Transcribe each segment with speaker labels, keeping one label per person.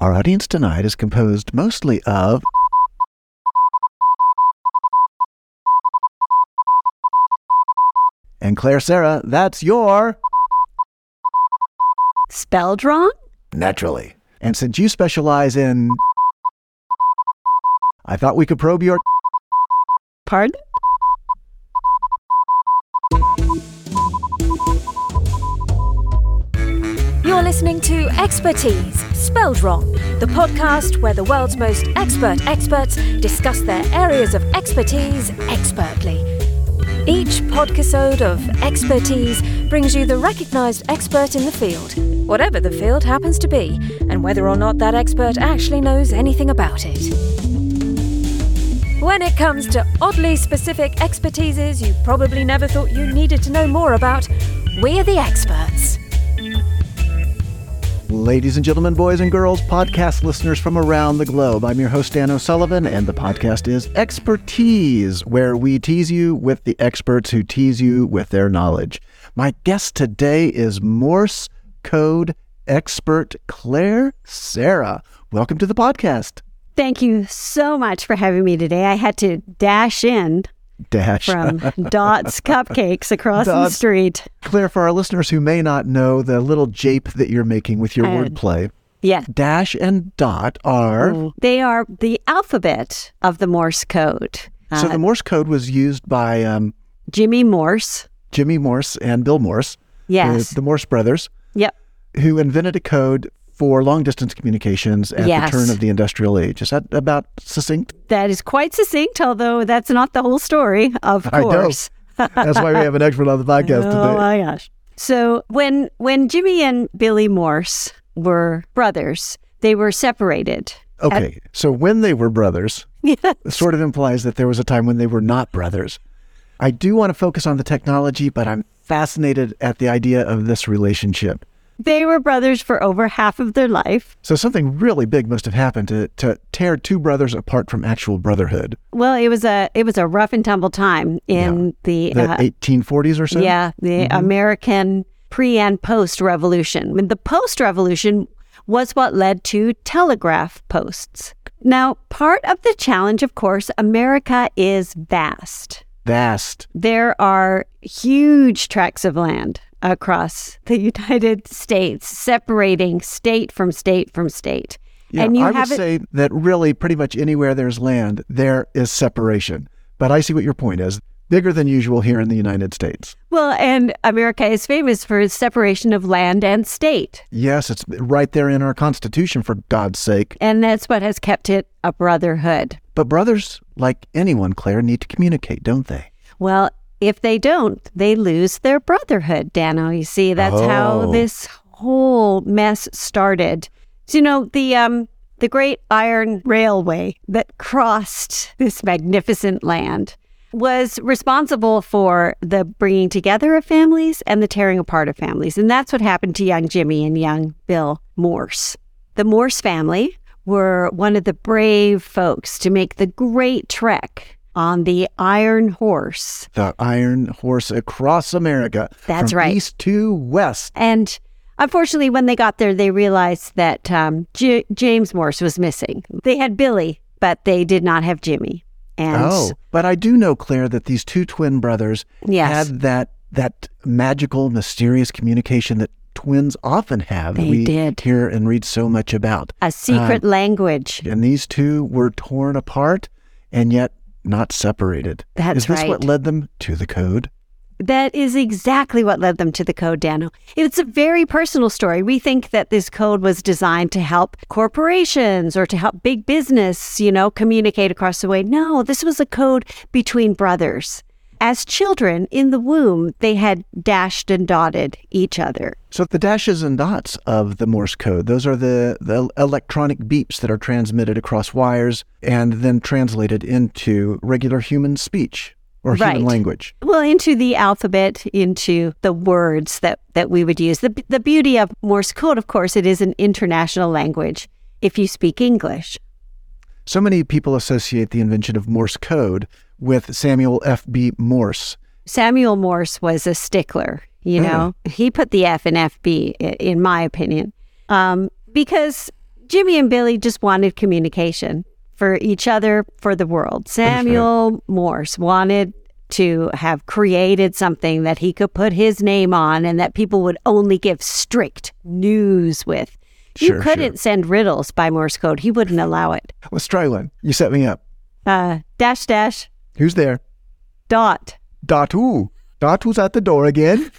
Speaker 1: Our audience tonight is composed mostly of And Claire Sarah, that's your
Speaker 2: Spelled wrong?
Speaker 1: naturally. And since you specialize in I thought we could probe your
Speaker 2: Pardon?
Speaker 3: You're listening to Expertise, spelled wrong, the podcast where the world's most expert experts discuss their areas of expertise expertly. Each podcast of Expertise brings you the recognized expert in the field, whatever the field happens to be, and whether or not that expert actually knows anything about it. When it comes to oddly specific expertises you probably never thought you needed to know more about, we're the experts.
Speaker 1: Ladies and gentlemen, boys and girls, podcast listeners from around the globe, I'm your host, Dan O'Sullivan, and the podcast is Expertise, where we tease you with the experts who tease you with their knowledge. My guest today is Morse code expert Claire Sarah. Welcome to the podcast.
Speaker 2: Thank you so much for having me today. I had to dash in
Speaker 1: Dash. Uh,
Speaker 2: from Dot's Cupcakes across the
Speaker 1: Dot's.
Speaker 2: street.
Speaker 1: Claire, for our listeners who may not know the little jape that you're making with your
Speaker 2: I-
Speaker 1: wordplay,
Speaker 2: Yes.
Speaker 1: Dash and Dot are.
Speaker 2: They are the alphabet of the Morse code. Uh,
Speaker 1: So the Morse code was used by um,
Speaker 2: Jimmy Morse.
Speaker 1: Jimmy Morse and Bill Morse,
Speaker 2: Yes.
Speaker 1: the, the Morse brothers,
Speaker 2: yep.
Speaker 1: who invented a code for long distance communications at
Speaker 2: Yes.
Speaker 1: the turn of the industrial age. Is that about succinct?
Speaker 2: That is quite succinct, although that's not the whole story, of
Speaker 1: I know.
Speaker 2: course.
Speaker 1: That's why we have an expert on the podcast
Speaker 2: Oh
Speaker 1: today.
Speaker 2: my gosh. So when when Jimmy and Billy Morse were brothers, they were separated.
Speaker 1: Okay. So when they were brothers, it sort of implies that there was a time when they were not brothers. I do want to focus on the technology, but I'm fascinated at the idea of this relationship.
Speaker 2: They were brothers for over half of their life.
Speaker 1: So something really big must have happened to, to tear two brothers apart from actual brotherhood.
Speaker 2: Well, it was a it was a rough and tumble time in the,
Speaker 1: The Mm-hmm.
Speaker 2: uh,
Speaker 1: 1840s or so?
Speaker 2: yeah the American pre and post revolution. When the post revolution was what led to telegraph posts. Now, part of the challenge, of course, America is vast.
Speaker 1: Vast.
Speaker 2: there are huge tracts of land across the United States, separating state from state from state.
Speaker 1: Yeah,
Speaker 2: and you
Speaker 1: I would
Speaker 2: have it,
Speaker 1: say that really pretty much anywhere there's land, there is separation. But I see what your point is. Bigger than usual here in the United States.
Speaker 2: well, and America is famous for its separation of land and state.
Speaker 1: Yes, it's right there in our Constitution, for God's sake.
Speaker 2: And that's what has kept it a brotherhood.
Speaker 1: But brothers, like anyone, Claire, need to communicate, don't they?
Speaker 2: Well, if they don't, they lose their brotherhood, Dano. You see, that's
Speaker 1: Oh.
Speaker 2: how this whole mess started. So, you know, the um the great iron railway that crossed this magnificent land was responsible for the bringing together of families and the tearing apart of families. And that's what happened to young Jimmy and young Bill Morse. The Morse family were one of the brave folks to make the great trek on the iron horse.
Speaker 1: The iron horse across America.
Speaker 2: That's
Speaker 1: from
Speaker 2: right.
Speaker 1: East to west.
Speaker 2: And unfortunately, when they got there, they realized that um, J- James Morse was missing. They had Billy, but they did not have Jimmy. And
Speaker 1: Oh. But I do know, Claire, that these two twin brothers
Speaker 2: Yes.
Speaker 1: had that that magical, mysterious communication that twins often have. that
Speaker 2: They
Speaker 1: we
Speaker 2: did.
Speaker 1: hear and read so much about.
Speaker 2: a
Speaker 1: uh,
Speaker 2: secret language.
Speaker 1: And these two were torn apart and yet not separated.
Speaker 2: That's
Speaker 1: Is this what
Speaker 2: right.
Speaker 1: led them to the code?
Speaker 2: That is exactly what led them to the code, Dano. It's a very personal story. We think that this code was designed to help corporations or to help big business, you know, communicate across the way. No, this was a code between brothers. As children in the womb, they had dashed and dotted each other.
Speaker 1: So the dashes and dots of the Morse code, those are the, the electronic beeps that are transmitted across wires and then translated into regular human speech or human
Speaker 2: Right.
Speaker 1: language.
Speaker 2: Well, into the alphabet, into the words that, that we would use. The, the beauty of Morse code, of course, it is an international language if you speak English.
Speaker 1: So many people associate the invention of Morse code with Samuel F.B. Morse.
Speaker 2: Samuel Morse was a stickler.
Speaker 1: Hmm.
Speaker 2: You know, he put the F in FB, i- in my opinion, um, because Jimmy and Billy just wanted communication for each other, for the world. Samuel Morse wanted to have created something that he could put his name on and that people would only give strict news with.
Speaker 1: Sure,
Speaker 2: you
Speaker 1: sure.
Speaker 2: couldn't send riddles by Morse code. He wouldn't allow it.
Speaker 1: Let's try one. You set me up.
Speaker 2: Uh, dash dash
Speaker 1: Who's there?
Speaker 2: dot.
Speaker 1: Datu. Datu's at the door again.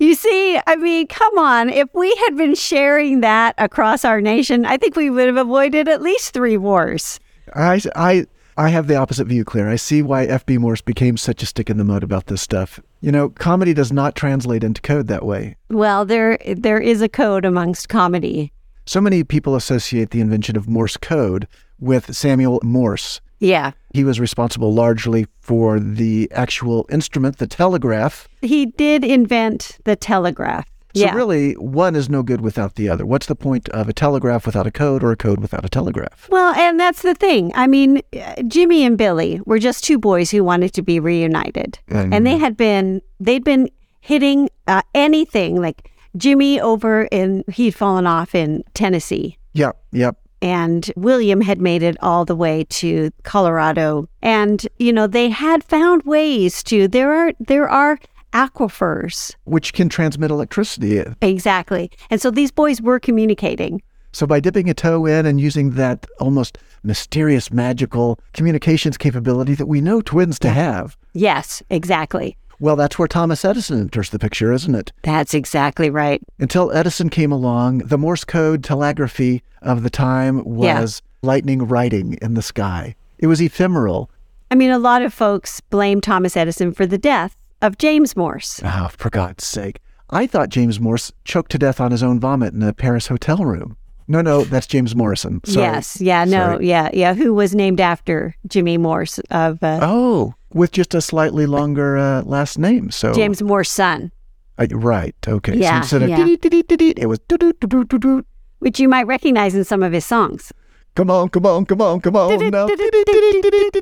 Speaker 2: You see, I mean, come on. If we had been sharing that across our nation, I think we would have avoided at least three wars.
Speaker 1: I, I, I have the opposite view, Claire. I see why F.B. Morse became such a stick in the mud about this stuff. You know, comedy does not translate into code that way.
Speaker 2: Well, there there is a code amongst comedy.
Speaker 1: So many people associate the invention of Morse code with Samuel Morse.
Speaker 2: Yeah.
Speaker 1: He was responsible largely for the actual instrument, the telegraph.
Speaker 2: He did invent the telegraph.
Speaker 1: So,
Speaker 2: yeah.
Speaker 1: really, one is no good without the other. What's the point of a telegraph without a code or a code without a telegraph?
Speaker 2: Well, and that's the thing. I mean, uh, Jimmy and Billy were just two boys who wanted to be reunited.
Speaker 1: And-
Speaker 2: and they had been they'd been hitting uh, anything like Jimmy over in he'd fallen off in Tennessee
Speaker 1: Yep, yep.
Speaker 2: and William had made it all the way to Colorado and you know they had found ways to there are there are aquifers
Speaker 1: Which can transmit electricity.
Speaker 2: exactly and so these boys were communicating
Speaker 1: So, by dipping a toe in and using that almost mysterious, magical communications capability that we know twins to have,
Speaker 2: yes exactly
Speaker 1: well, that's where Thomas Edison enters the picture, isn't it?
Speaker 2: that's exactly right
Speaker 1: Until Edison came along, the Morse code telegraphy of the time
Speaker 2: Yeah.
Speaker 1: was lightning writing in the sky. It was ephemeral.
Speaker 2: i mean a lot of folks blame thomas edison for the death of james morse
Speaker 1: Oh, for God's sake. I thought James Morse choked to death on his own vomit in a Paris hotel room. No, no, that's James Morrison. Sorry.
Speaker 2: Yes. Yeah. No.
Speaker 1: Sorry.
Speaker 2: Yeah. Yeah. Who was named after Jimmy Morse of uh,
Speaker 1: Oh, with just a slightly longer uh, last name. So
Speaker 2: James Morse's son,
Speaker 1: I- Uh, right. Okay.
Speaker 2: Yeah,
Speaker 1: So instead of
Speaker 2: yeah.
Speaker 1: dee dee dee dee dee, it was doo doo doo doo doo doo.
Speaker 2: which you might recognize in some of his songs.
Speaker 1: Come on, come on, come on, come on now. Dee dee dee dee dee dee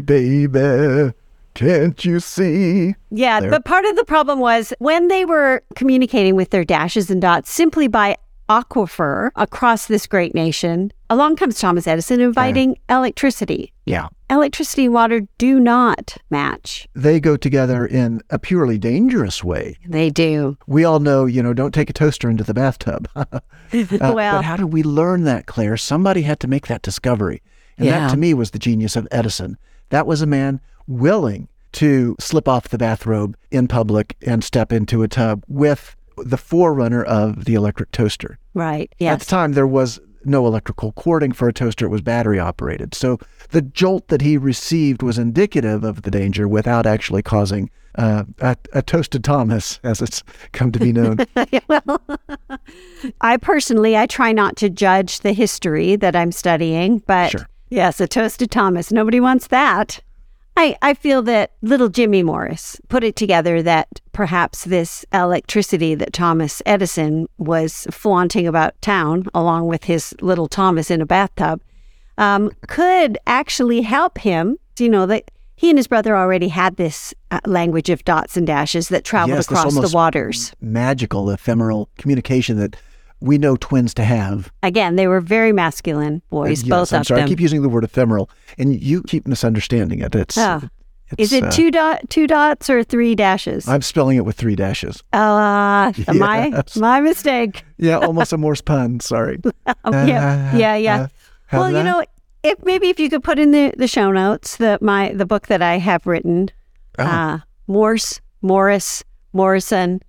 Speaker 1: dee. Me baby, can't you see?
Speaker 2: Yeah.
Speaker 1: There.
Speaker 2: But part of the problem was when they were communicating with their dashes and dots simply by aquifer across this great nation, along comes Thomas Edison inviting electricity.
Speaker 1: Yeah.
Speaker 2: Electricity and water do not match.
Speaker 1: They go together in a purely dangerous way.
Speaker 2: They do.
Speaker 1: We all know, you know, don't take a toaster into the bathtub. Uh,
Speaker 2: well,
Speaker 1: but how did we learn that, Claire? Somebody had to make that discovery. And
Speaker 2: Yeah.
Speaker 1: that to me was the genius of Edison. That was a man willing to slip off the bathrobe in public and step into a tub with the forerunner of the electric toaster.
Speaker 2: right.
Speaker 1: At the
Speaker 2: Yes.
Speaker 1: time, there was no electrical cording for a toaster, it was battery operated. So the jolt that he received was indicative of the danger without actually causing uh, a, a toasted Thomas, as it's come to be known.
Speaker 2: well, I personally, I try not to judge the history that I'm studying, but
Speaker 1: Sure.
Speaker 2: yes, a toasted Thomas. Nobody wants that. I, I feel that little Jimmy Morris put it together that perhaps this electricity that Thomas Edison was flaunting about town, along with his little Thomas in a bathtub, um, could actually help him. You know, that he and his brother already had this uh, language of dots and dashes that traveled
Speaker 1: Yes, this
Speaker 2: across the
Speaker 1: almost-
Speaker 2: waters.
Speaker 1: magical, ephemeral communication that we know twins to have.
Speaker 2: Again, they were very masculine boys,
Speaker 1: yes,
Speaker 2: both
Speaker 1: I'm
Speaker 2: of
Speaker 1: sorry,
Speaker 2: them.
Speaker 1: I keep using the word ephemeral, and you keep misunderstanding it. It's,
Speaker 2: Oh.
Speaker 1: it's
Speaker 2: Is it
Speaker 1: uh,
Speaker 2: two dot two dots or three dashes?
Speaker 1: I'm spelling it with three dashes.
Speaker 2: uh, my
Speaker 1: Yes.
Speaker 2: my mistake.
Speaker 1: Yeah, almost a Morse pun. Sorry.
Speaker 2: Um, yeah,
Speaker 1: Uh,
Speaker 2: yeah, yeah.
Speaker 1: uh,
Speaker 2: well, you
Speaker 1: hello?
Speaker 2: know, if maybe if you could put in the, the show notes the my the book that I have written,
Speaker 1: Oh.
Speaker 2: uh, Morse, Morris, Morrison,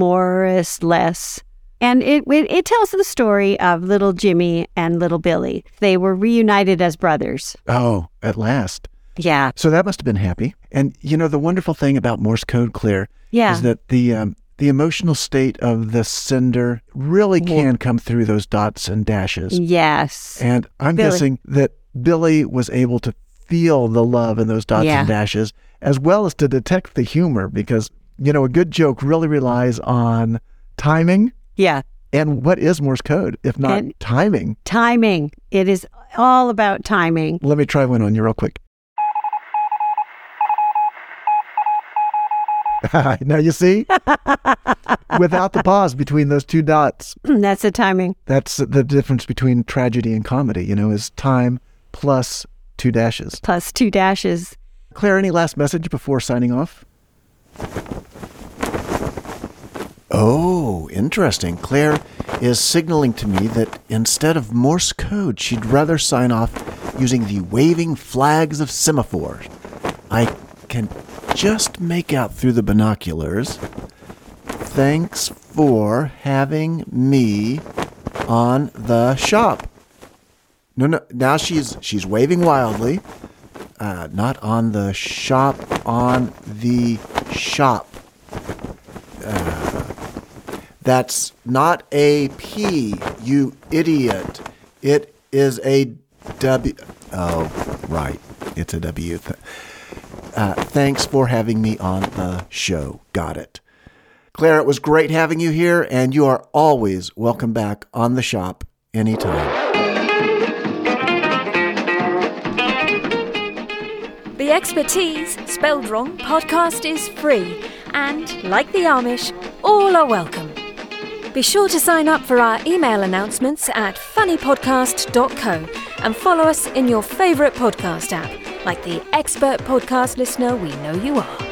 Speaker 2: Morris Less. And it, it it tells the story of little Jimmy and little Billy. They were reunited as brothers.
Speaker 1: oh, at last.
Speaker 2: Yeah.
Speaker 1: So that must have been happy. And you know, the wonderful thing about Morse code, Claire,
Speaker 2: Yeah.
Speaker 1: is that the um, the emotional state of the sender really can come through those dots and dashes.
Speaker 2: yes.
Speaker 1: And I'm
Speaker 2: Billy.
Speaker 1: guessing that Billy was able to feel the love in those dots
Speaker 2: Yeah.
Speaker 1: and dashes, as well as to detect the humor, because, you know, a good joke really relies on timing.
Speaker 2: Yeah.
Speaker 1: And what is Morse code if not
Speaker 2: And-
Speaker 1: timing?
Speaker 2: timing. It is all about timing.
Speaker 1: Let me try one on you real quick. now you see? Without the pause between those two dots.
Speaker 2: That's the timing.
Speaker 1: That's the difference between tragedy and comedy, you know, is time plus two dashes.
Speaker 2: Plus two dashes.
Speaker 1: Claire, any last message before signing off? Oh, interesting. Claire is signaling to me that instead of Morse code, she'd rather sign off using the waving flags of semaphore. I can just make out through the binoculars. Thanks for having me on the shop. No, no. Now she's she's waving wildly. Uh, not on the shop. On the shop. Uh, That's not a P, you idiot. It is a W. Oh, right. It's a W. Th- uh, thanks for having me on the show. Got it. Claire, it was great having you here, and you are always welcome back on the shop anytime.
Speaker 3: The Expertise Spelled Wrong podcast is free, and like the Amish, all are welcome. Be sure to sign up for our email announcements at funnypodcast.co and follow us in your favourite podcast app, like the expert podcast listener we know you are.